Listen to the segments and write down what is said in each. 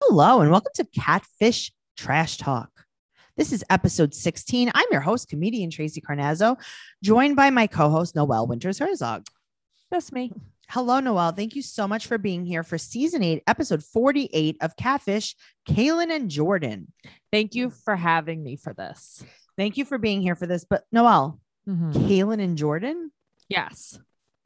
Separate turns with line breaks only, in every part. Hello, and welcome to Catfish Trash Talk. This is episode 16. I'm your host, comedian Tracy Carnazzo, joined by my co host, Noelle Winters Herzog.
That's me.
Hello, Noelle. Thank you so much for being here for season eight, episode 48 of Catfish, Kaylin and Jordan.
Thank you for having me for this.
Thank you for being here for this. But, Noelle,
Hmm. Mm-hmm.
Kaylin and Jordan?
Yes.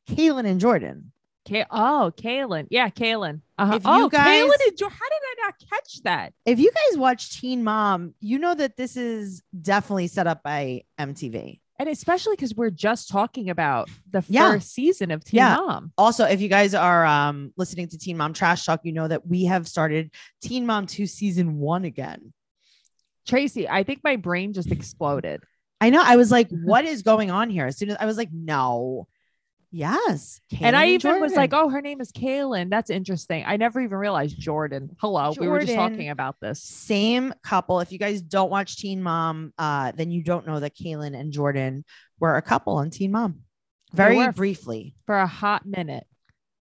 Kaylin and Jordan.
Kay- oh, Kaylin. Yeah, Kaylin. Uh-huh.
If you
Oh,
guys-
Kaylin and Jor- How did I not catch that?
If you guys watch Teen Mom, you know that this is definitely set up by MTV.
And especially because we're just talking about the first
Yeah.
season of Teen
Yeah.
Mom.
Also, if you guys are um, listening to Teen Mom Trash Talk, you know that we have started Teen Mom 2 season one again.
Tracy, I think my brain just exploded.
I know. I was like, what is going on here? As soon as I was like, no. Yes. Kaylin
and I even was
Jordan.
like, oh, her name is Kaylin. That's interesting. I never even realized Jordan. Hello. We were just
Jordan.
talking about this.
same couple. If you guys don't watch Teen Mom, uh, then you don't know that Kaylin and Jordan were a couple on Teen Mom.
They
Very
were.
briefly.
For a hot minute,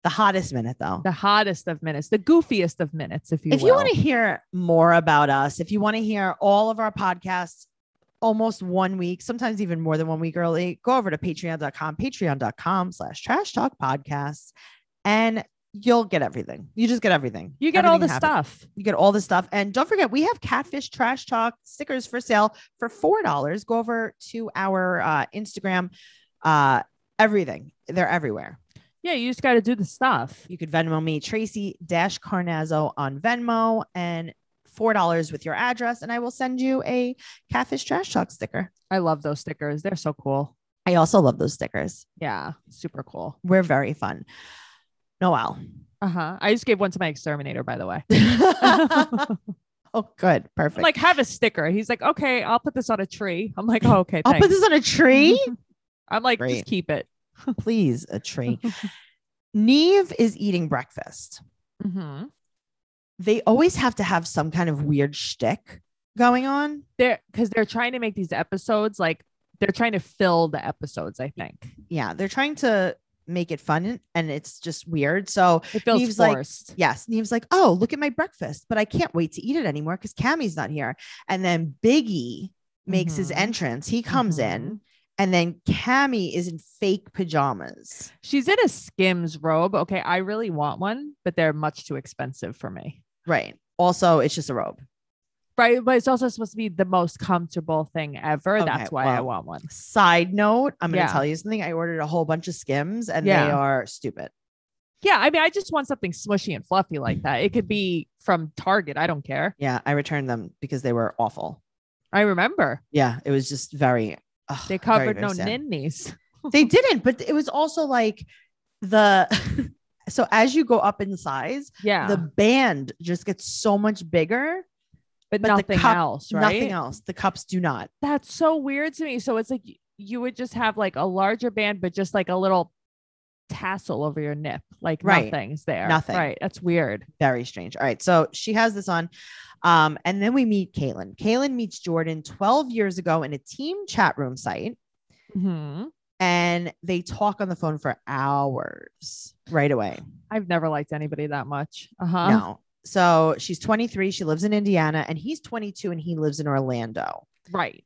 The hottest minute though.
the hottest of minutes, the goofiest of minutes, if you
if you
will.
want to hear more about us, if you want to hear all of our podcasts almost one week, sometimes even more than one week early, go over to patreon.com, patreon.com slash trash talk podcasts, and you'll get everything. You just get everything.
you get all
Everything
the
you have.
stuff.
You get all the stuff. And don't forget, we have Catfish Trash Talk stickers for sale for $4. Go over to our uh, Instagram. Uh, everything. They're everywhere.
Yeah, you just got to do the stuff.
You could Venmo me, Tracy Dash Carnazzo on Venmo, and $4 with your address. And I will send you a Catfish Trash Talk sticker.
I love those stickers. They're so cool.
I also love those stickers.
Yeah, super cool.
We're very fun. Noel.
Uh huh. I just gave one to my exterminator, by the way.
oh, good.
I'm
Perfect.
like, have a sticker. He's like, okay, I'll put this on a tree. I'm like, oh, okay,
I'll
thanks.
put this on a tree.
I'm like,
Great.
just keep it.
Please, a tree. Neve is eating breakfast.
Mm-hmm.
They always have to have some kind of weird shtick going on.
They're because they're trying to make these episodes like they're trying to fill the episodes. I think
Yeah, they're trying to make it fun and- and it's just weird. So,
it feels
Steve's like,
forced.
yes, Neve's like, oh, look at my breakfast, but I can't wait to eat it anymore because Cammy's not here. And then Biggie makes his
Mhm.
entrance. He comes in,
Mhm.
and then Cammy is in fake pajamas.
She's in a Skims robe. Okay, I really want one, but they're much too expensive for me.
Right. Also, it's just a robe.
Right, but it's also supposed to be the most comfortable thing ever.
Okay,
That's why I
well,
want one.
Side note, I'm going to
Yeah.
tell you something. I ordered a whole bunch of skims and they
Yeah.
are stupid.
Yeah, I mean, I just want something smushy and fluffy like that. It could be from Target. I don't care.
Yeah, I returned them because they were awful.
I remember
Yeah, it was just very. ugh, very,
they covered
very
no
sad.
ninnies.
They didn't, but it was also like the. so as you go up in size,
Yeah,
the band just gets so much bigger.
but,
but the
nothing
cup-
else, right?
Nothing else. The cups do not.
That's so weird to me. So it's like y- you would just have like a larger band, but just like a little tassel over your nip, like
Right.
nothing's there.
Nothing.
Right. That's weird.
Very strange. All right. So she has this on. Um, and then we meet Caitlin. Caitlin meets Jordan 12 years ago in a team chat room site,
hmm
and they talk on the phone for hours right away.
I've never liked anybody that much. Uh huh.
No. So she's 23. She lives in Indiana, and he's 22 and he lives in Orlando.
Right.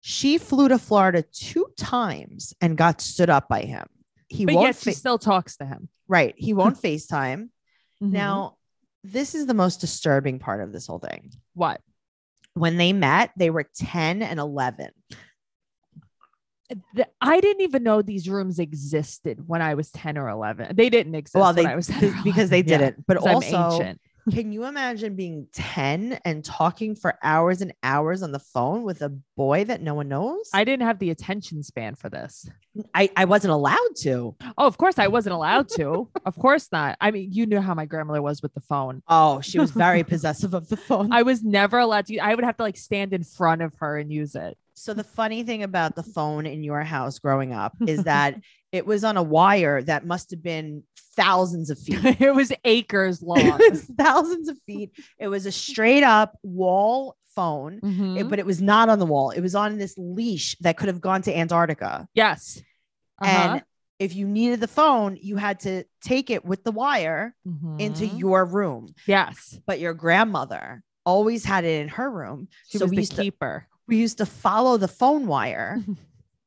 She flew to Florida two times and got stood up by him. He
but
won't.
yet she
fa-
still talks to him.
right. He won't FaceTime.
Mhm.
Now, this is the most disturbing part of this whole thing.
what?
When they met, they were 10 and 11.
The, I didn't even know these rooms existed when I was 10 or 11. They didn't exist
Well, they
when I was 10 or
because- because they
11. Yeah,
didn't. But
'cause I'm
also,
ancient.
can you imagine being 10 and talking for hours and hours on the phone with a boy that no one knows?
I didn't have the attention span for this.
I, I wasn't allowed to.
Oh, of course I wasn't allowed to. of course not. I mean, you knew how my grandmother was with the phone.
Oh, she was very possessive of the phone.
I was never allowed to. I would have to like stand in front of her and use it.
So the funny thing about the phone in your house growing up is that it was on a wire that must have been thousands of feet.
it was acres long.
It was thousands of feet. It was a straight up wall phone,
Mhm.
it- but it was not on the wall. It was on this leash that could have gone to Antarctica.
yes. Uh-huh.
And if you needed the phone, you had to take it with the wire into
Mhm.
your room.
yes.
But your grandmother always had it in her room.
She
so
was
we
the
used to
keeper.
we used to follow the phone wire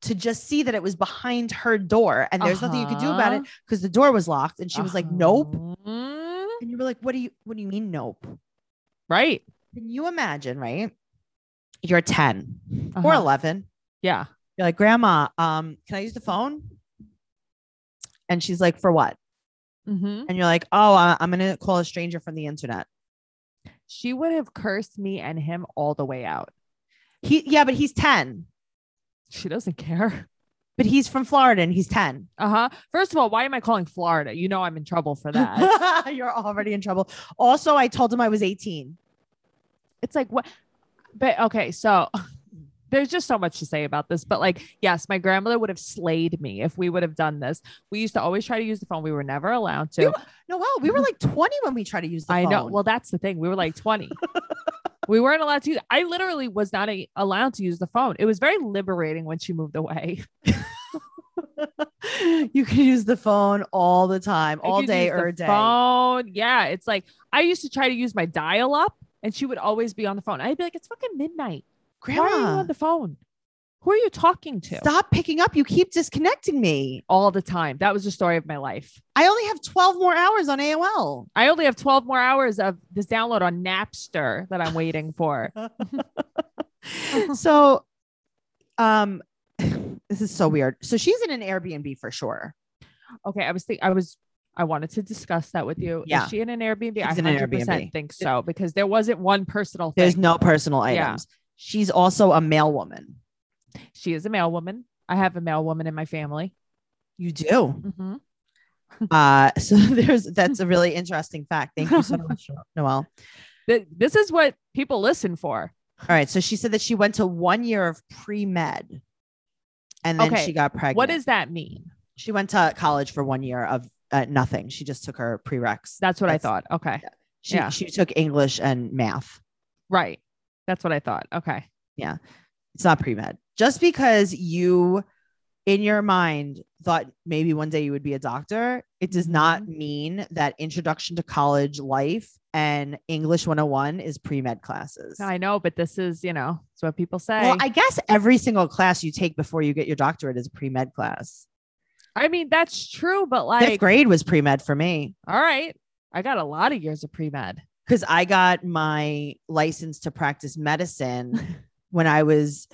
to just see that it was behind her door and there's nothing you could do about it because the door was locked and she was like nope
Mhm.
and you were like what do you what do you mean nope
Right.
can you imagine right you're 10 or
Uh-huh.
11
Yeah.
you're like grandma um can i use the phone and she's like for what
Mhm.
and you're like oh I- i'm gonna call a stranger from the internet
She would have cursed me and him all the way out.
he yeah but he's 10
She doesn't care.
but he's from florida and he's 10
Uh huh. First of all, why am I calling Florida? You know I'm in trouble for that.
you're already in trouble also i told him i was 18
it's like what but okay so there's just so much to say about this but like yes my grandmother would have slayed me if we would have done this we used to always try to use the phone we were never allowed to
We were- Noel, we were like 20 when we tried to use the
i
phone.
know well that's the thing we were like 20 we weren't allowed to use i literally was not a, allowed to use the phone it was very liberating when she moved away
you can use the phone all the time,
I
all
could
day
use the
or a day.
phone yeah it's like i used to try to use my dial up and she would always be on the phone i'd be like it's fucking midnight why are you
Grandma,
on the phone who are you talking to
stop picking up. You keep disconnecting me.
all the time. That was the story of my life.
I only have 12 more hours on AOL.
I only have 12 more hours of this download on Napster that I'm waiting for.
Uh-huh. so, um, this is so weird. So she's in an Airbnb for sure.
Okay, I was think I was I wanted to discuss that with you.
Yeah.
Is she in an Airbnb? I
She's in an
100%
Airbnb.
think so because there wasn't one personal thing.
There's no personal
Yeah.
items. She's also a male woman.
she is a male woman. I have a male woman in my family.
You do.
Mm-hmm.
Uh, so there's that's a really interesting fact. Thank you so much, Noel.
This is what people listen for.
All right. So she said that she went to one year of pre med and then
Okay,
she got pregnant.
What does that mean?
she went to college for one year of uh, nothing. She just took her prereqs.
That's what
That's-
I thought. Okay.
She,
yeah.
she took English and math.
Right. That's what I thought. Okay.
It's not pre med. Just because you, in your mind, thought maybe one day you would be a doctor, it does not
Mhm.
mean that introduction to college life and English 101 is pre med classes.
I know, but this is, you know, it's what people say.
Well, I guess every single class you take before you get your doctorate is pre med class.
I mean, that's true, but
Fifth
like,
grade was pre med for me.
all right, I got a lot of years of pre med.
because I got my license to practice medicine when I was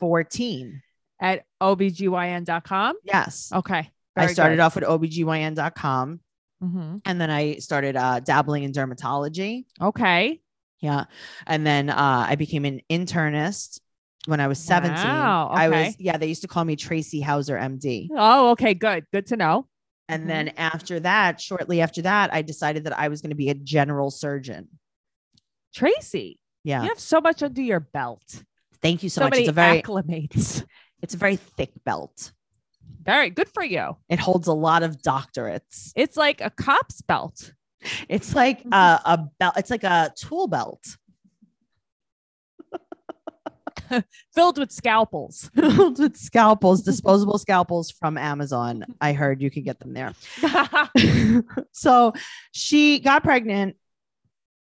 14.
at obgyn.com.
Yes.
Okay.
I started off with obgyn.com
hmm
and then I started uh, dabbling in dermatology.
Okay.
Yeah. And then uh, I became an internist when I was 17.
Wow,
I
okay.
was, yeah, they used to call me Tracy Hauser MD.
Oh, okay. Good. Good to know.
And
Mhm.
then after that, shortly after that, I decided that I was going to be a general surgeon.
Tracy,
Yeah.
you have so much under your belt.
Thank you so much.
Somebody
It's a very,
acclimates.
it's a very thick belt.
Very good for you.
It holds a lot of doctorates.
It's like a cop's belt.
It's like
Mhm.
a, a belt. It's like a tool belt
Filled with scalpels.
filled with scalpels, disposable scalpels from Amazon. I heard you can get them there. so she got pregnant.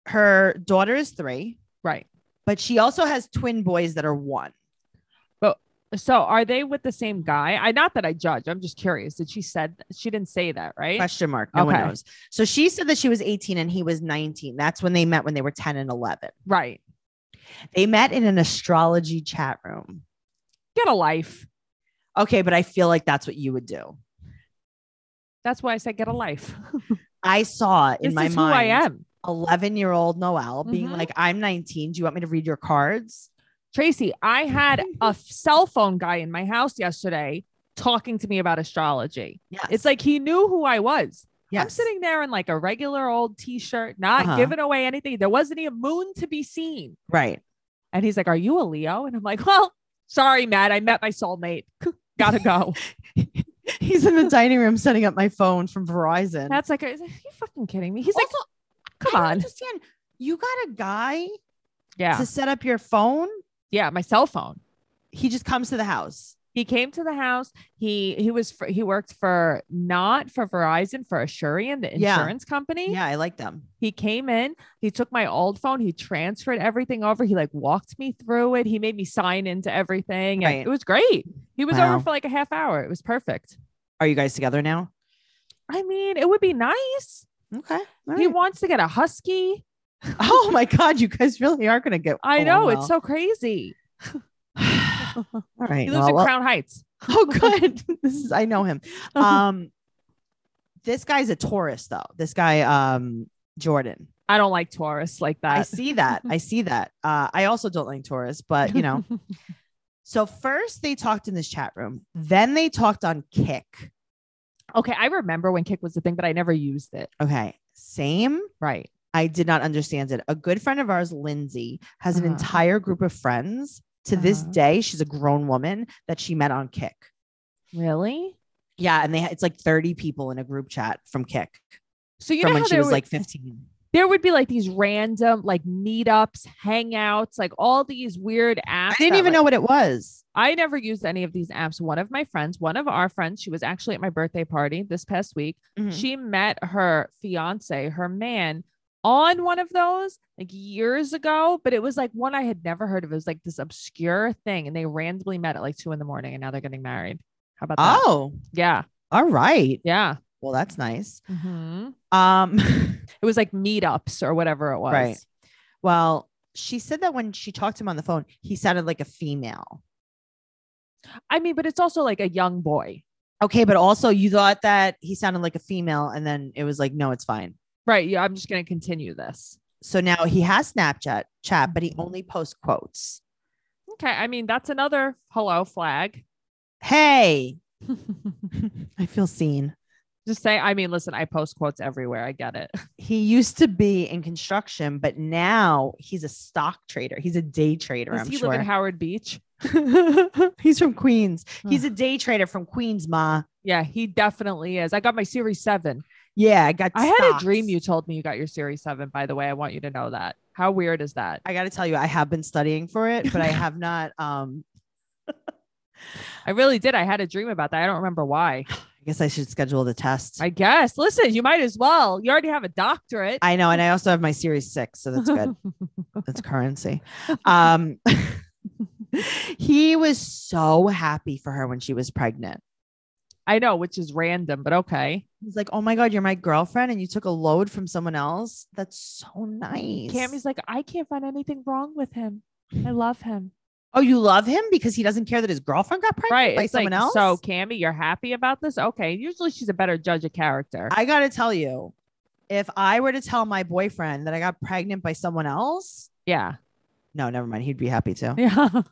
Her daughter is three,
right.
but she also has twin boys that are one.
So are they with the same guy? I not that I judge. I'm just curious. Did she said she didn't say that, right?
Question mark. No one
Okay.
knows. So she said that she was 18 and he was 19. That's when they met when they were 10 and 11.
Right.
They met in an astrology chat room.
Get a life.
Okay, but I feel like that's what you would do.
That's why I said get a life.
I saw in
this
my
is
mind.
who I am.
11 year old Noel being
Mhm.
like, I'm 19. Do you want me to read your cards?
Tracy, I had a f- cell phone guy in my house yesterday talking to me about astrology.
Yes.
It's like he knew who I was.
yes.
I'm sitting there in like a regular old t-shirt, not
Uh-huh.
giving away anything. There wasn't even a moon to be seen.
right.
And he's like, "Are you a Leo?" And I'm like, "Well, sorry, Matt. I met my soulmate. Gotta go."
He's in the dining room setting up my phone from Verizon.
That's like, "Are you fucking kidding me?" He's like,
Also,
"Come
I don't
on,
understand. You got a guy
yeah,
to set up your phone.
yeah, my cell phone."
He just comes to the house.
He came to the house. He he was for, he worked for not for Verizon for Assurion, the
Yeah.
insurance company.
Yeah, I like them.
He came in, he took my old phone, he transferred everything over. He like walked me through it. He made me sign into everything. and
Right.
it was great. He was
Wow.
over for like a half hour. It was perfect.
Are you guys together now?
I mean, it would be nice.
Okay. all
He
right.
wants to get a husky.
oh my God, you guys really are going to get.
I
along
know it's
Oh, well.
so crazy.
All right.
He lives
well,
in
well-
Crown Heights.
Oh, good. this is I know him.
Uh-huh.
Um, this guy's a Taurus though. This guy, um, Jordan.
I don't like tourists like
I
that.
see that. I see that. Uh, I also don't like Taurus, but uh, you know. So first they talked in this chat room. Then they talked on Kick.
okay, I remember when Kick was the thing, but I never used it.
Okay. Same.
Right.
I did not understand it. A good friend of ours, Lindsay, has an
Uh-huh.
entire group of friends. To this
Uh-huh.
day, she's a grown woman that she met on Kick.
Really?
Yeah, and they it's like 30 people in a group chat from Kick
So you
from
know
when
how
she
there
was
were-
like 15.
there would be like these random like meetups, hangouts, like all these weird apps.
I didn't even know what it was.
I never used any of these apps. One of my friends, one of our friends, she was actually at my birthday party this past week.
Hmm. Mm-hmm.
She met her fiance, her man, on one of those like years ago, but it was like one I had never heard of. It was like this obscure thing, and they randomly met at like two in the morning, and now they're getting married. How about that?
Oh,
Yeah,
all right.
yeah.
Well, that's nice.
Mhm.
Um,
It was like meetups or whatever it was.
Right. well, she said that when she talked to him on the phone, he sounded like a female.
I mean, but it's also like a young boy.
Okay, but also you thought that he sounded like a female, and then it was like, no, it's fine.
Right. Yeah. I'm just going to continue this.
So now he has Snapchat chat, but he
Mhm.
only posts quotes.
Okay. I mean, that's another hello flag.
Hey, I feel seen.
just say, I mean, listen, I post quotes everywhere. I get it.
He used to be in construction, but now he's a stock trader. He's a day trader.
Does
I'm
he
sure.
live in Howard Beach?
he's from Queens. He's a day trader from Queens, ma.
Yeah, he definitely is. I got my Series 7.
Yeah, I got.
I had a
stocks.
dream you told me you got your Series 7, by the way. I want you to know that. How weird is that?
I got to tell you, I have been studying for it, but I have not. Um,
I really did. I had a dream about that. I don't remember why.
I guess I should schedule the test. I,
I guess. Listen, you might as well. You already have a doctorate.
know, and I also have my series six, so that's good. that's currency. Um, he was so happy for her when she was pregnant.
I know, which is random, but okay.
He's like, "Oh my god, you're my girlfriend, and you took a load from someone else. That's so nice."
Cammy's like, I can't find anything wrong with him. I love him.
oh, you love him because he doesn't care that his girlfriend got pregnant
Right.
by
it's
someone
like,
else.
So, Cammy, you're happy about this? Okay. Usually she's a better judge of character.
I gotta tell you, if I were to tell my boyfriend that I got pregnant by someone else,
yeah.
no, never mind. He'd be happy too.
Yeah.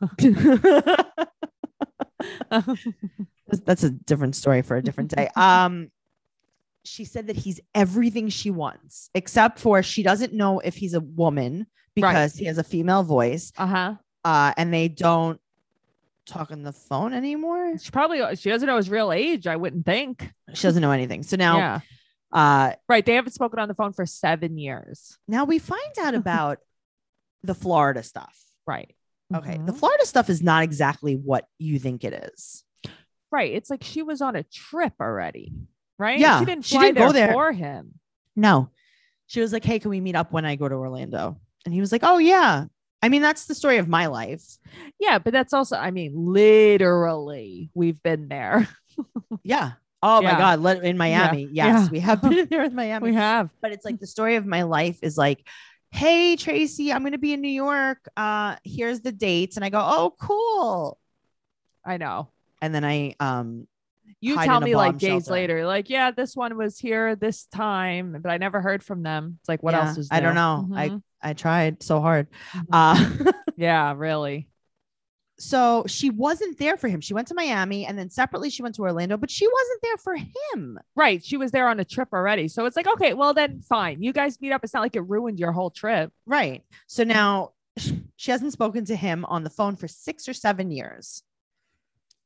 That's- That's a different story for a different day. Um, she said that he's everything she wants, except for she doesn't know if he's a woman
Right.
because he has a female voice,
uh huh.
uh, and they don't talk on the phone anymore.
She probably she doesn't know his real age. I wouldn't think.
She doesn't know anything. So now,
yeah.
uh,
Right. They haven't spoken on the phone for seven years.
now we find out about the Florida stuff.
Right.
Okay. The
Mhm.
Florida stuff is not exactly what you think it is.
right. It's like she was on a trip already. Right.
Yeah,
She didn't
she
fly
didn't go there.
for him.
No. She was like, Hey, can we meet up when I go to Orlando? And he was like, Oh, yeah. I mean, that's the story of my life.
Yeah, but that's also, I mean, literally, we've been there.
Yeah. Oh my
Yeah.
God. Let, in Miami. Yes.
Yeah.
We have been there in Miami.
We have.
But it's like the story of my life is like, Hey, Tracy, I'm going to be in New York. Uh, here's the dates. And I go, Oh, cool.
I know.
And then I, um,
You
hide
tell
in a
me like
bomb
days
shelter.
later, like, yeah, this one was here this time, but I never heard from them. It's like, what
Yeah,
else is
I don't
new?
know. I-
Mhm.
I tried so hard. Uh,
Mm-hmm. yeah, really.
so she wasn't there for him. She went to Miami and then separately she went to Orlando, but she wasn't there for him.
Right. She was there on a trip already. So it's like, okay, well, then fine. You guys meet up. It's not like it ruined your whole trip.
Right. So now she hasn't spoken to him on the phone for six or seven years,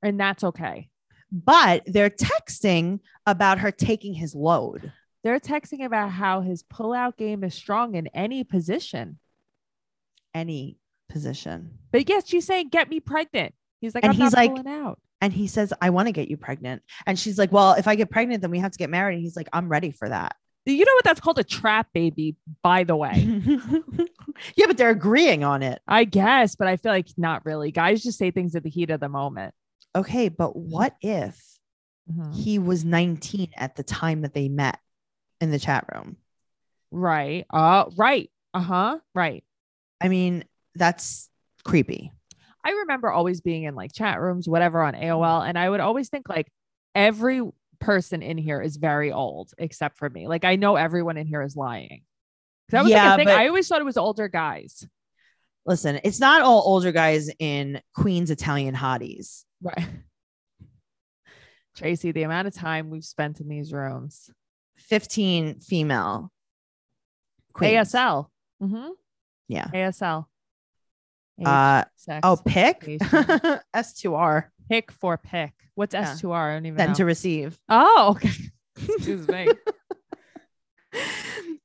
And that's okay.
but they're texting about her taking his load.
They're texting about how his pullout game is strong in any position.
Any position.
But yes, she's saying, get me pregnant. He's like,
And
I'm
he's
not
like-
pulling out.
And he says, I want to get you pregnant. And she's like, Well, if I get pregnant, then we have to get married. And he's like, I'm ready for that.
You know what that's called? A trap baby, by the
Mm-hmm.
way.
yeah, but they're agreeing on it.
I guess, but I feel like not really. Guys just say things at the heat of the moment.
Okay, but what if
Mhm.
he was 19 at the time that they met in the chat room?
Right. Uh, right. Uh huh. Right.
I mean, that's creepy.
I remember always being in like chat rooms, whatever on AOL. And I would always think like every person in here is very old except for me. Like I know everyone in here is lying. That was like
Yeah,
a thing.
but-
I always thought it was older guys.
Listen, it's not all older guys in Queens Italian hotties.
Right. Tracy, the amount of time we've spent in these rooms.
15 female. queens.
ASL. Mm-hmm.
Yeah.
ASL. Age,
Uh,
sex,
oh, pick?
Education.
S2R,
pick for pick. What's
Yeah.
S2R? I don't even know.
then to receive.
oh, okay. Excuse me.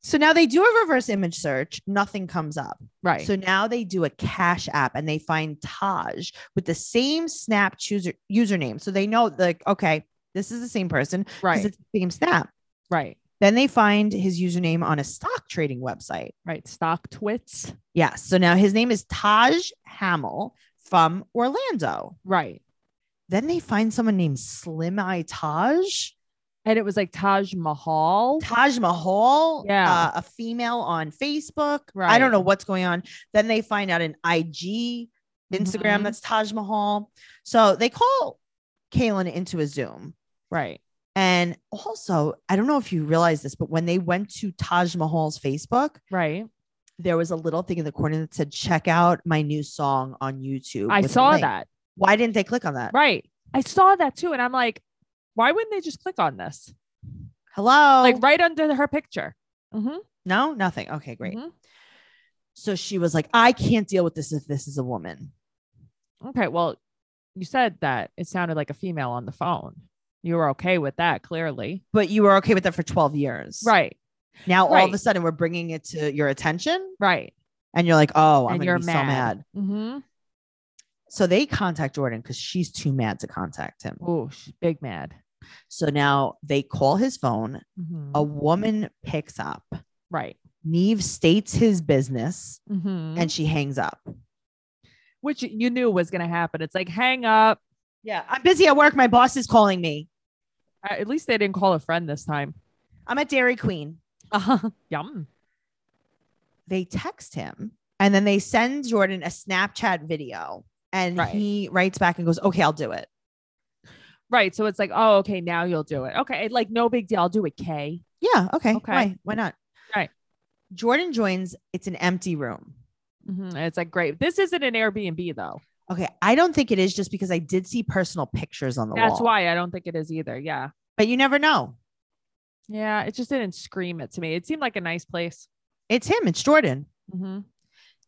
so now they do a reverse image search, nothing comes up.
Right.
So now they do a cash app and they find Taj with the same Snap chooser, username. So they know, like, okay, this is the same person because
right.
it's the same Snap.
Right.
Then they find his username on a stock trading website.
Right. Stock twits.
Yes. So now his name is Taj Hamill from Orlando.
Right.
Then they find someone named Slim Eye Taj,
And it was like Taj Mahal.
Taj Mahal,
Yeah.
uh, a female on Facebook. I
Right.
don't know what's going on. Then they find out an IG, Instagram
Mhm.
that's Taj Mahal. So they call Kaylin into a Zoom.
Right.
And also, I don't know if you realize this, but when they went to Taj Mahal's Facebook,
Right.
there was a little thing in the corner that said check out my new song on YouTube.
I
with a
saw
link."
that.
Why didn't they click on that?
Right. I saw that too. And I'm like, why wouldn't they just click on this?
Hello.
Like right under her picture. Mm-hmm.
no, nothing. Okay, great. So she was like, I can't deal with this if this is a woman.
Okay. Well, you said that it sounded like a female on the phone. You were okay with that, clearly.
But you were okay with that for 12 years.
Right.
Now, all of a
Right.
sudden, we're bringing it to your attention
Right.
and you're like, oh, I'm
and
going
you're
to be so
mad.
mad.
Mm-hmm.
So they contact Jordan because she's too mad to contact him.
Oh, she's big mad.
So now they call his phone.
Mhm.
A woman picks up.
right.
Neve states his business
Mhm.
and she hangs up.
Which you knew was going to happen. It's like, hang up.
Yeah, I'm busy at work. My boss is calling me.
Uh, At least they didn't call a friend this time.
I'm at Dairy Queen.
Uh-huh. Yum.
They text him and then they send Jordan a Snapchat video. And
Right.
he writes back and goes, Okay, I'll do it.
Right. So it's like, oh, okay, now you'll do it. Okay. Like, no big deal. I'll do it, Kay.
Yeah, okay.
Okay.
Why? Why not?
Right.
Jordan joins. It's an empty room.
Mhm. And It's like, great. This isn't an Airbnb, though.
Okay. I don't think it is just because I did see personal pictures on the wall.
That's why I don't think it is either. Yeah.
But you never know.
Yeah. It just didn't scream it to me. It seemed like a nice place.
It's him. It's Jordan.
Mm-hmm.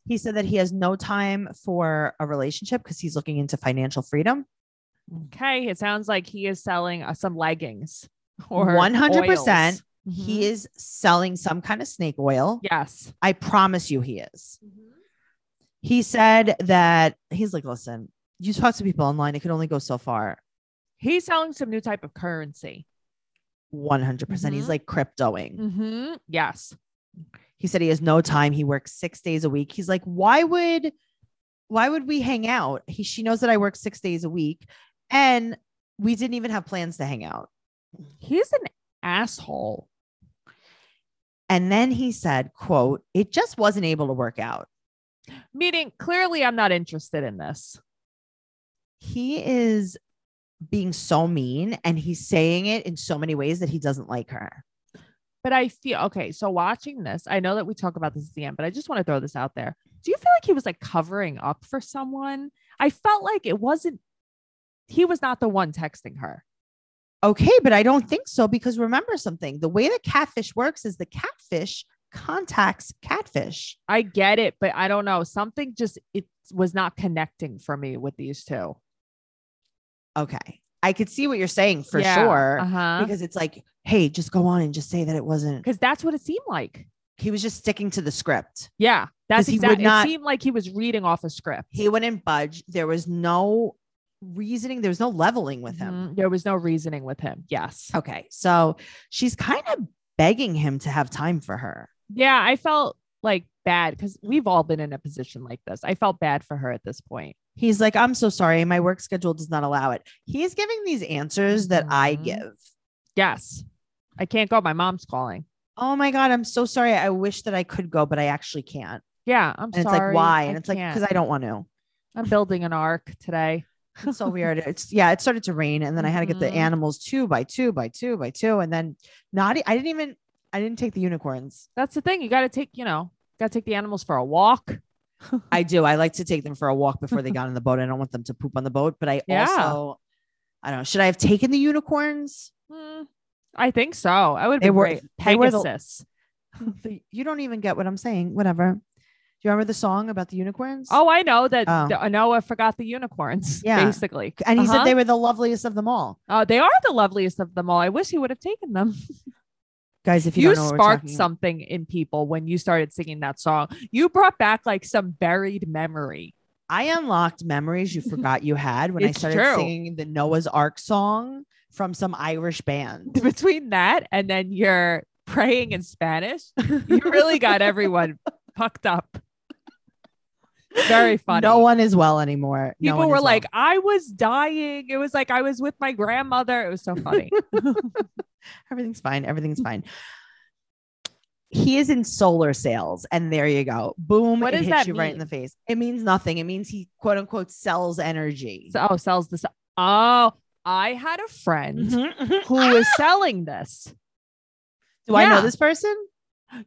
He said that he has no time for a relationship because he's looking into financial freedom.
Okay. It sounds like he is selling uh, some leggings or
100%
oils. Mhm.
He is selling some kind of snake oil.
Yes.
I promise you he is. he said that he's like, listen, you talk to people online, it can only go so far.
He's selling some new type of currency.
100%. percent
Mhm.
He's like cryptoing.
Mm-hmm. Yes.
He said he has no time. He works six days a week. He's like, why would, why would we hang out? He, she knows that I work six days a week and we didn't even have plans to hang out.
He's an asshole.
And then he said, quote, it just wasn't able to work out.
Meaning, clearly, I'm not interested in this.
He is being so mean and he's saying it in so many ways that he doesn't like her.
But I feel okay. So, watching this, I know that we talk about this at the end, but I just want to throw this out there. Do you feel like he was like covering up for someone? I felt like it wasn't, he was not the one texting her.
Okay, but I don't think so because remember something the way that catfish works is the catfish contacts catfish.
I get it, but I don't know. Something just, it was not connecting for me with these two.
Okay, I could see what you're saying for
Yeah.
sure
Uh huh.
because it's like, hey, just go on and just say that it wasn't.
Because that's what it seemed like.
He was just sticking to the script.
Yeah. That's
he would
exactly. It
not-
seemed like he was reading off a script.
He wouldn't budge. There was no reasoning. There was no leveling with him.
Mhm. There was no reasoning with him. Yes.
Okay. So she's kind of begging him to have time for her.
Yeah, I felt like bad because we've all been in a position like this. I felt bad for her at this point.
He's like, I'm so sorry. My work schedule does not allow it. He's giving these answers that I
Mhm.
give.
Yes. I can't go. My mom's calling.
Oh my God. I'm so sorry. I wish that I could go, but I actually can't.
Yeah, I'm
And
sorry.
it's like, why? And
I
it's like,
can't.
because I don't want to.
I'm building an arc today.
It's so weird. It's yeah, it started to rain. And then I had to get the
Mhm.
animals two by two by two by two. And then not, e- I didn't even, I didn't take the unicorns.
That's the thing. You got to take, you know, got to take the animals for a walk.
I do. I like to take them for a walk before they got on the boat. I don't want them to poop on the boat, but I
Yeah.
also, I don't know. Should I have taken the unicorns?
Mm, I think so. I would.
They
be
were-
great.
they were the-
Pegasus.
The- you don't even get what I'm saying. Whatever. Do you remember the song about the unicorns?
Oh, I know that
Oh.
the, Noah forgot the unicorns.
Yeah.
basically.
and he said
uh-huh.
they were the loveliest of them all.
Oh, they are the loveliest of them all. I wish he would have taken them.
Guys, if you,
You,
don't know what we're
sparked
talking about-
something in people when you started singing that song. You brought back like some buried memory.
I unlocked memories you forgot you had when I
It's
started
true.
singing the Noah's Ark song from some Irish band.
Between that and then you're praying in Spanish, you really got everyone fucked up. Very funny.
No one is well anymore. No
People
one
were
is well.
like, I was dying. It was like I was with my grandmother. It was so funny.
everything's fine. Everything's fine. He is in solar sales, and there you go. Boom!
What
it
does
hits
that
you right in the
mean?
face. It means nothing. It means he quote unquote sells energy.
so, oh, sells this. Oh, I had a friend
Mhm, mhm.
who was selling this.
Do I know
Yeah.
this person?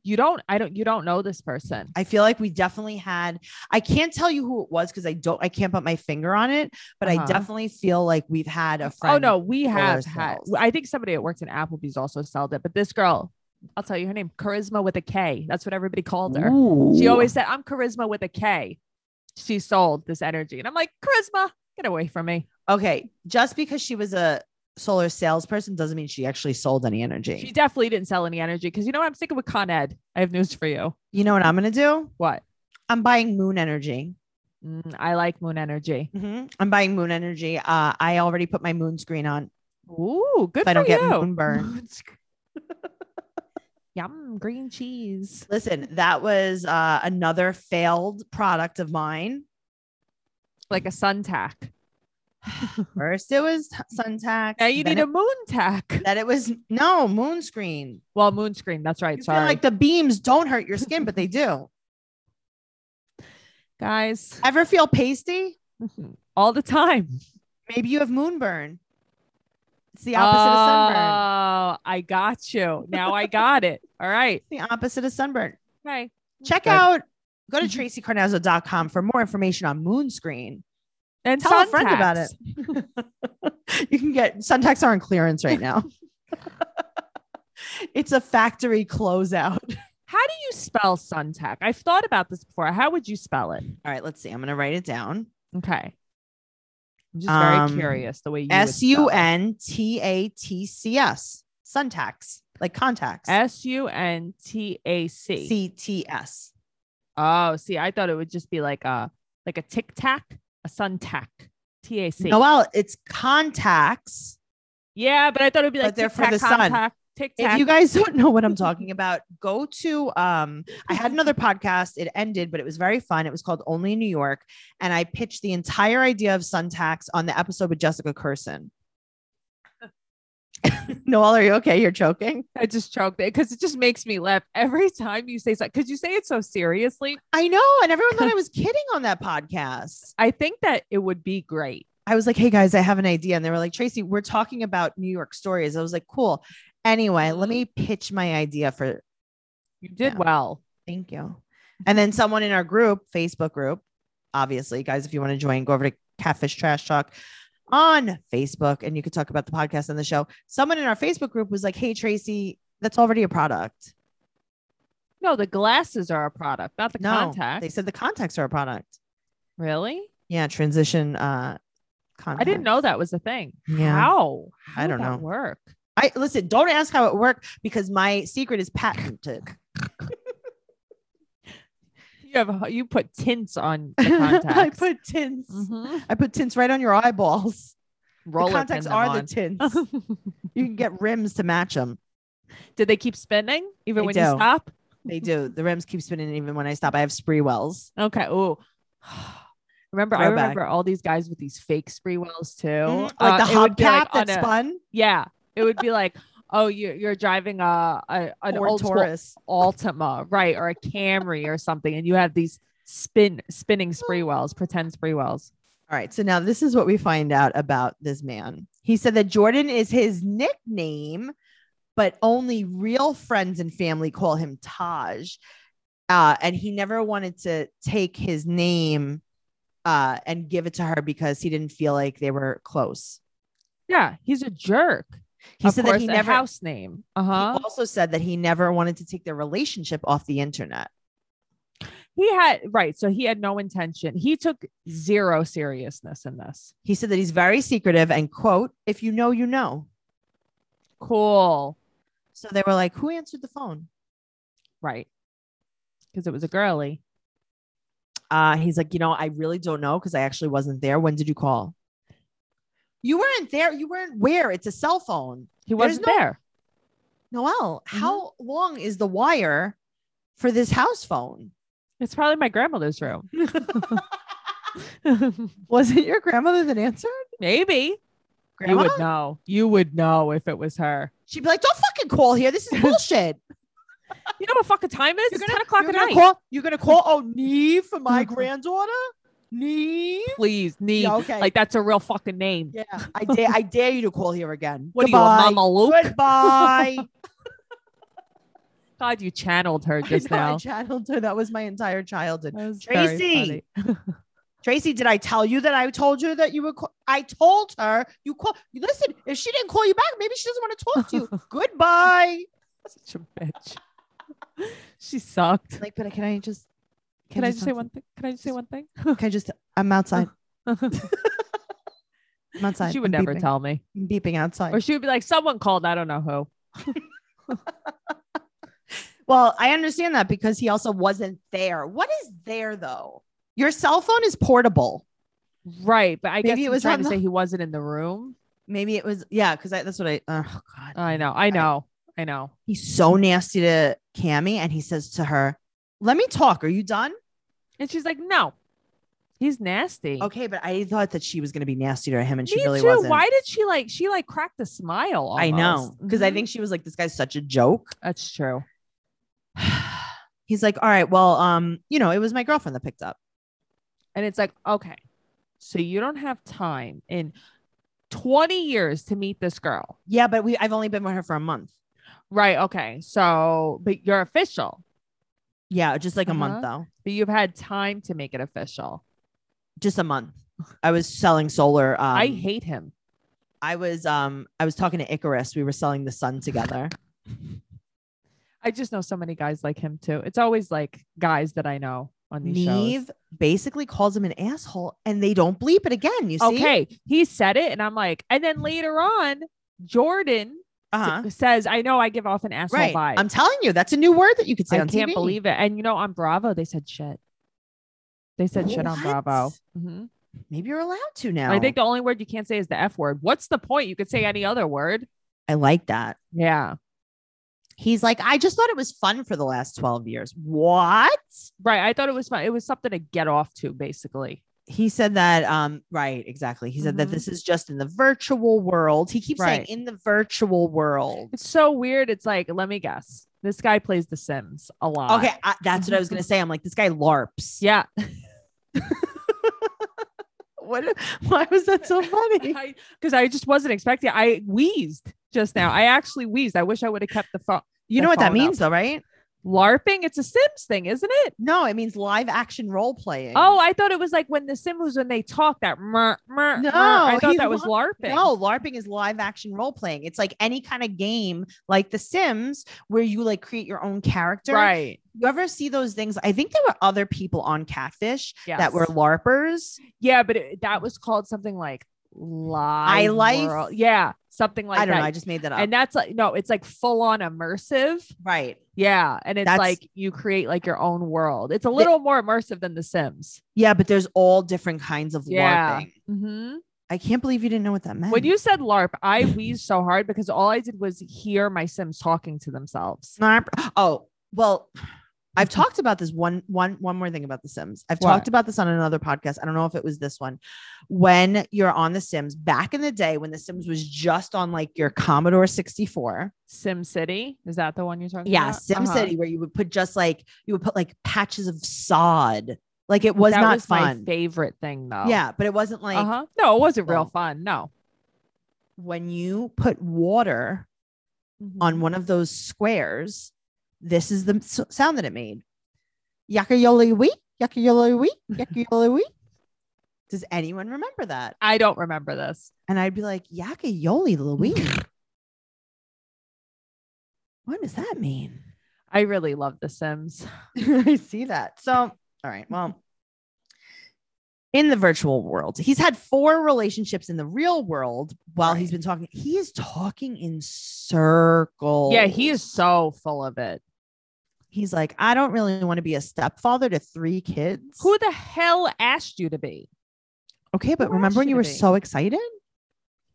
You don't, I don't, you don't know this person.
I feel like we definitely had. I can't tell you who it was because I don't. I can't put my finger on it, but I
Uh-huh.
definitely feel like we've had a friend.
Oh no, we
solar
have had.
cells.
I think somebody that worked in Applebee's also sold it, but this girl, I'll tell you her name, Charisma with a K. That's what everybody called her. She always said, I'm charisma with a K. She sold this energy. And I'm like, charisma, get away from me.
Okay, just because she was a solar salesperson doesn't mean she actually sold any energy.
She definitely didn't sell any energy because you know what? I'm sticking with Con Ed. I have news for you.
you know what I'm gonna do?
What?
I'm buying moon energy.
Mm, I like moon energy.
Mhm. I'm buying moon energy. Uh, I already put my moon screen on.
Ooh, good
So I
for
don't get
you.
moon burn.
Yum, green cheese.
Listen, that was uh, another failed product of mine.
Like a sun tack.
First, it was t- SunTax.
Now you
then
need
it-
a moon tack.
that it was no moon screen.
Well, moon screen. That's right.
You feel
Sorry.
like the beams don't hurt your skin, but they do.
Guys,
Ever feel pasty?
all the time.
Maybe you have moonburn. It's the opposite of sunburn.
Oh, I got you. Now I got it. All right.
The opposite of sunburn.
Okay.
Check
Good.
out, go to
Mhm.
tracycarnazzo.com for more information on moon screen.
and
Tell a friend about
Suntax.
You can get Suntax are on clearance right now. it's a factory closeout.
How do you spell Suntac? I've thought about this before. How would you spell it?
All right, let's see. I'm going to write it down.
Okay. I'm just very
Um,
curious the way you would
S U
spell it.
N T A T C S. Suntax, like contacts.
S U N T A C.
C T S.
Oh, see, I thought it would just be like a like a tic tac, a suntac, T A C.
Noel, it's contacts.
Yeah, but I thought it would be
But
like
they're for
tic-tac,
the sun.
contact, Tic
If you
tac.
guys don't know what I'm talking about, go to um I had another podcast, it ended, but it was very fun. It was called Only in New York, and I pitched the entire idea of Suntax on the episode with Jessica Curson. Noel, are you okay? You're choking.
I just choked it because it just makes me laugh every time you say something. Because you say it so seriously.
I know, and everyone thought I was kidding on that podcast.
I think that it would be great.
I was like, "Hey guys, I have an idea," and they were like, "Tracy, we're talking about New York stories." I was like, "Cool." Anyway, let me pitch my idea for
You did
Yeah.
well.
Thank you. And then someone in our group, Facebook group, obviously, guys, if you want to join, go over to Catfish Trash Talk on Facebook and you could talk about the podcast and the show. Someone in our Facebook group was like, Hey, Tracy, that's already a product.
No, the glasses are a product, not the
no,
contact.
they said the contacts are a product.
really?
Yeah, transition uh
I
contact.
didn't know that was a thing.
Yeah.
How? How
I
did
don't
that
know.
Work.
I listen, don't ask how it worked because my secret is patented.
You have you put tints on the contacts.
I put tints.
Mhm.
Mm-hmm. I put tints right on your eyeballs. The
Roller
contacts
pin them
are
on.
the tints. you can get rims to match them.
Did they keep spinning even
They
when
do.
you stop?
They do. The rims keep spinning even when I stop. I have spree wells.
Okay. Oh, remember I
Throwback.
remember all these guys with these fake spree wells too.
Mhm.
Uh,
Like the
it would be,
hubcap
like, on
that
a-
spun
Yeah, it would be like, oh, you you're driving a, a an
or
old school
Taurus.
Altima, right, or a Camry or something, and you have these spin spinning spree wells, pretend spree wells.
All right. So now this is what we find out about this man. He said that Jordan is his nickname, but only real friends and family call him Taj. Uh, and he never wanted to take his name uh, and give it to her because he didn't feel like they were close.
Yeah, he's a jerk.
He
Of
said that
course,
he
a
never.
house name. Uh
He
huh.
also said that he never wanted to take their relationship off the internet.
He had right, so he had no intention. He took zero seriousness in this.
He said that he's very secretive and quote, "If you know, you know."
Cool,
So they were like, "Who answered the phone?"
right? Because it was a girly.
Uh, he's like, you know, I really don't know because I actually wasn't there. When did you call? You weren't there. You weren't where? It's a cell phone.
He
There's
wasn't
no-
there.
Noel,
Mm-hmm.
how long is the wire for this house phone?
It's probably my grandmother's room.
Was it your grandmother that answered?
Maybe
Grandma?
you would know. You would know if it was her.
She'd be like, don't fucking call here. This is bullshit.
You know what fucking time it is? It's
gonna-
ten o'clock
you're
at
gonna
night.
Call, you're going to call, oh, Neve for my granddaughter? Neve?
Please, need
Yeah, okay.
like that's a real fucking name.
yeah, I dare, I dare you to call here again.
What
Goodbye.
are you, a Mama Luke?
Goodbye.
God, you channeled her just
I know, I
now.
channeled her. That was my entire childhood.
That was very
Tracy,
funny.
Tracy, did I tell you that I told you that you were? Call- I told her you call. You listen. If she didn't call you back, maybe she doesn't want to talk to you. Goodbye.
such a bitch. she sucked.
Like, but can I just?
Can I just say
talk
one thing? Can I just say
Just-
one thing?
to- Can I just? I'm outside. I'm outside.
she would
I'm
never
beeping.
tell me,
I'm beeping outside.
or she would be like, "Someone called. I don't know who."
well, I understand that because he also wasn't there. What is there though? Your cell phone is portable.
Right, but I guess
Maybe it
he
was
was trying
on
to
the-
say he wasn't in the room.
Maybe it was. Yeah, because that's what I. Oh God.
I know. I know. I know.
He's so nasty to Cammy, and he says to her, "Let me talk. Are you done?"
And she's like, no, he's nasty.
Okay, but I thought that she was going to be nasty to him, and she
Me
really
too.
wasn't.
Why did she like? She like cracked a smile.
I know
almost.
because I
Mhm.
think she was like, "This guy's such a joke."
that's true.
He's like, "All right, well, um, you know, it was my girlfriend that picked up."
And it's like, okay, so you don't have time in 20 years to meet this girl,
Yeah, but we I've only been with her for a month.
right? Okay, so but you're official,
Yeah, just like a month though,
but you've had time to make it official.
just a month. I was selling solar. Um,
I hate him.
I was um I was talking to Icarus. We were selling the sun together.
I just know so many guys like him too. It's always like guys that I know on these shows.
Neve basically calls him an asshole, and they don't bleep it again. You see?
Okay, he said it, and I'm like, and then later on, Jordan s-
Uh-huh.
says, "I know I give off an asshole
Right.
vibe."
I'm telling you, that's a new word that you could say
I
on
can't
TV.
believe it. And you know, on Bravo, they said shit. They said shit on Bravo.
What?
Mhm.
Maybe you're allowed to now.
I think the only word you can't say is the F word. What's the point? You could say any other word.
I like that.
Yeah.
He's like, I just thought it was fun for the last 12 years. What?
Right. I thought it was fun. It was something to get off to, basically.
He said that, um, right, exactly. He said that
Mhm.
this is just in the virtual world. He keeps
Right.
saying in the virtual world.
It's so weird. It's like, let me guess. This guy plays The Sims a lot.
Okay, I, that's what I was gonna say. I'm like, this guy LARPs.
Yeah.
What why was that so funny?
Because I, just wasn't expecting. I wheezed just now. I actually wheezed. I wish I would have kept the phone.
You
The
know what that
phone up.
means though, right?
LARPing, it's a Sims thing, isn't it?
No, it means live action role playing.
Oh, I thought it was like when the Sim was when they talk that. Mer, mer,
No,
mer. I
he
thought that was LARPing.
No, LARPing is live action role playing. It's like any kind of game like The Sims where you like create your own character.
right?
You ever see those things? I think there were other people on Catfish
Yes.
that were LARPers.
yeah, but it, that was called something like live
Life?
world. Yeah, something like
I don't
that.
know. I just uh, made that up.
and that's like no, it's like full on immersive.
right.
Yeah, and it's
That's-
like you create like your own world. It's a little more immersive than The Sims.
Yeah, but there's all different kinds of
Yeah.
LARPing.
hmm
I can't believe you didn't know what that meant.
When you said LARP, I wheezed so hard because all I did was hear my Sims talking to themselves.
Snarp. Oh, well, I've talked about this one one one more thing about The Sims. I've
What?
talked about this on another podcast. I don't know if it was this one. When you're on The Sims, back in the day when The Sims was just on like your Commodore 64.
Sim City is that the one you're talking
Yeah,
about?
Sim
Uh-huh.
City, where you would put just like you would put like patches of sod. Like it was
that
not
was
fun.
my favorite thing though.
Yeah, but it wasn't like
uh-huh. No, it wasn't real
Well,
fun. No.
when you put water on
Mm-hmm.
one of those squares, this is the s- sound that it made. Yaka yoli wee, yaka yoli wee, yaka yoli wee. Does anyone remember that?
I don't remember this.
And I'd be like, yaka yoli Louie. what does that mean?
I really love The Sims.
I see that. So, all right. Well, in the virtual world, he's had four relationships in the real world while he's
Right.
been talking. He is talking in circles.
Yeah, he is so full of it.
He's like, I don't really want to be a stepfather to three kids.
Who the hell asked you to be?
okay, but
who
remember when
asked you
you
to
were
be?
so excited?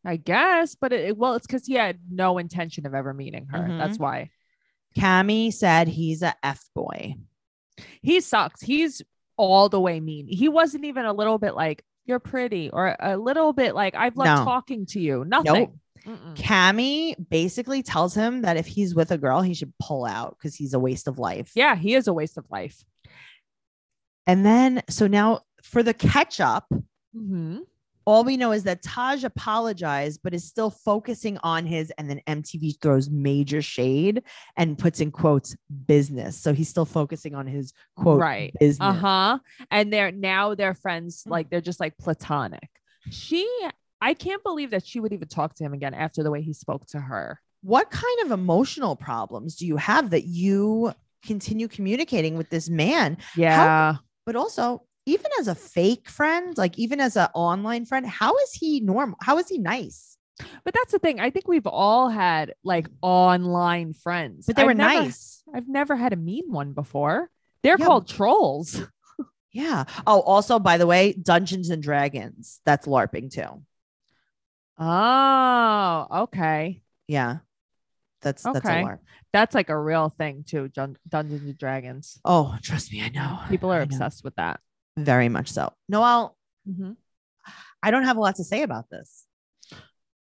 I guess, but it, it- well, it's because he had no intention of ever meeting her.
Mm-hmm.
That's why
Cammy said he's a F boy.
he sucks. He's all the way mean. He wasn't even a little bit like you're pretty or a little bit like I've loved
No.
talking to you. Nothing. Mm-mm.
Cammy basically tells him that if he's with a girl, he should pull out because he's a waste of life.
Yeah, he is a waste of life.
And then, so now for the catch up,
Mm-hmm.
all we know is that Taj apologized, but is still focusing on his. And then MTV throws major shade and puts in quotes business. So he's still focusing on his quote
Right.
business.
Uh huh. And they're now they're friends.
Mm.
Like they're just like platonic. She, I can't believe that she would even talk to him again after the way he spoke to her.
What kind of emotional problems do you have that you continue communicating with this man?
Yeah.
But also, even as a fake friend, like even as an online friend, how is he normal? How is he nice?
But that's the thing. I think we've all had like online friends,
But they
I've
were
never-
nice.
I've never had a mean one before. They're
Yeah.
called trolls.
Yeah. Oh, also, by the way, Dungeons and Dragons, that's LARPing too.
Oh, okay.
Yeah. That's that's a
Okay.
LARP.
That's like a real thing too. Dun- Dungeons and Dragons.
Oh, trust me, I know.
People are
I know.
obsessed with that.
Very much so. Noel,
Mhm.
I don't have a lot to say about this.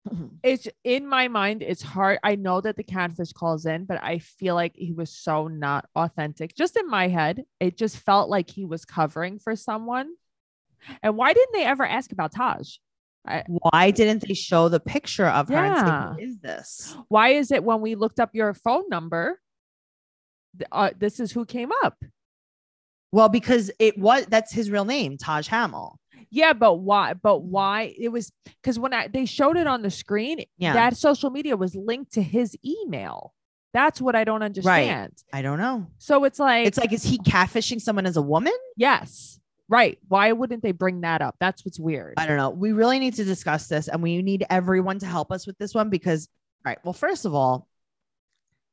It's in my mind. It's hard. I know that the catfish calls in, but I feel like he was so not authentic. Just in my head, it just felt like he was covering for someone. And why didn't they ever ask about Taj?
Why didn't they show the picture of her and say, "Who is this?
why is it when we looked up your phone number th- uh, this is who came up
Well, because it was that's his real name, Taj Hamill.
yeah but why but why it was because when I, they showed it on the screen
Yeah.
that social media was linked to his email that's what i don't understand
I don't know.
so it's like
It's like, is he catfishing someone as a woman?
yes right why wouldn't they bring that up that's what's weird
I don't know. We really need to discuss this and we need everyone to help us with this one because all right, well, first of all,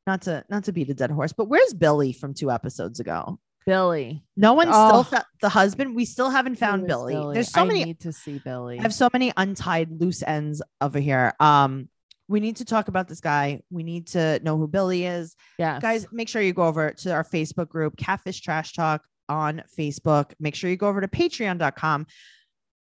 not to not to beat a dead horse, but where's Billy from two episodes ago?
billy
No one
Oh.
still found the husband. We still haven't found
Who is
Billy. There's so
I
many.
need to see billy
I have so many untied loose ends over here. Um, we need to talk about this guy. We need to know who Billy is.
yes.
Guys, make sure you go over to our Facebook group, Catfish Trash Talk on Facebook. Make sure you go over to patreon.com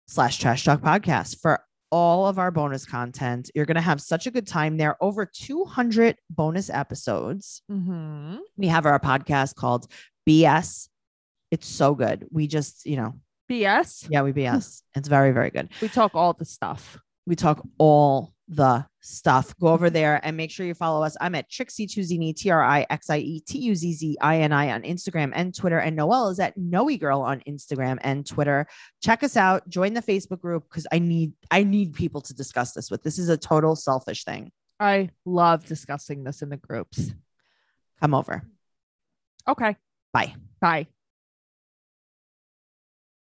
slash trash talk podcast for all of our bonus content. You're gonna have such a good time there. Over 200 bonus episodes
Mhm.
we have our podcast called BS. It's so good. We just, you know,
bs
yeah, we BS. It's very, very good.
we talk all the stuff
We talk all the stuff. Go over there and make sure you follow us. I'm at Trixie Tuzini, T R I X I E T U Z Z I N I on Instagram and Twitter. And Noelle is at Noe Girl on Instagram and Twitter. Check us out. Join the Facebook group because I need I need people to discuss this with. This is a total selfish thing.
i love discussing this in the groups
Come over.
Okay.
Bye.
Bye.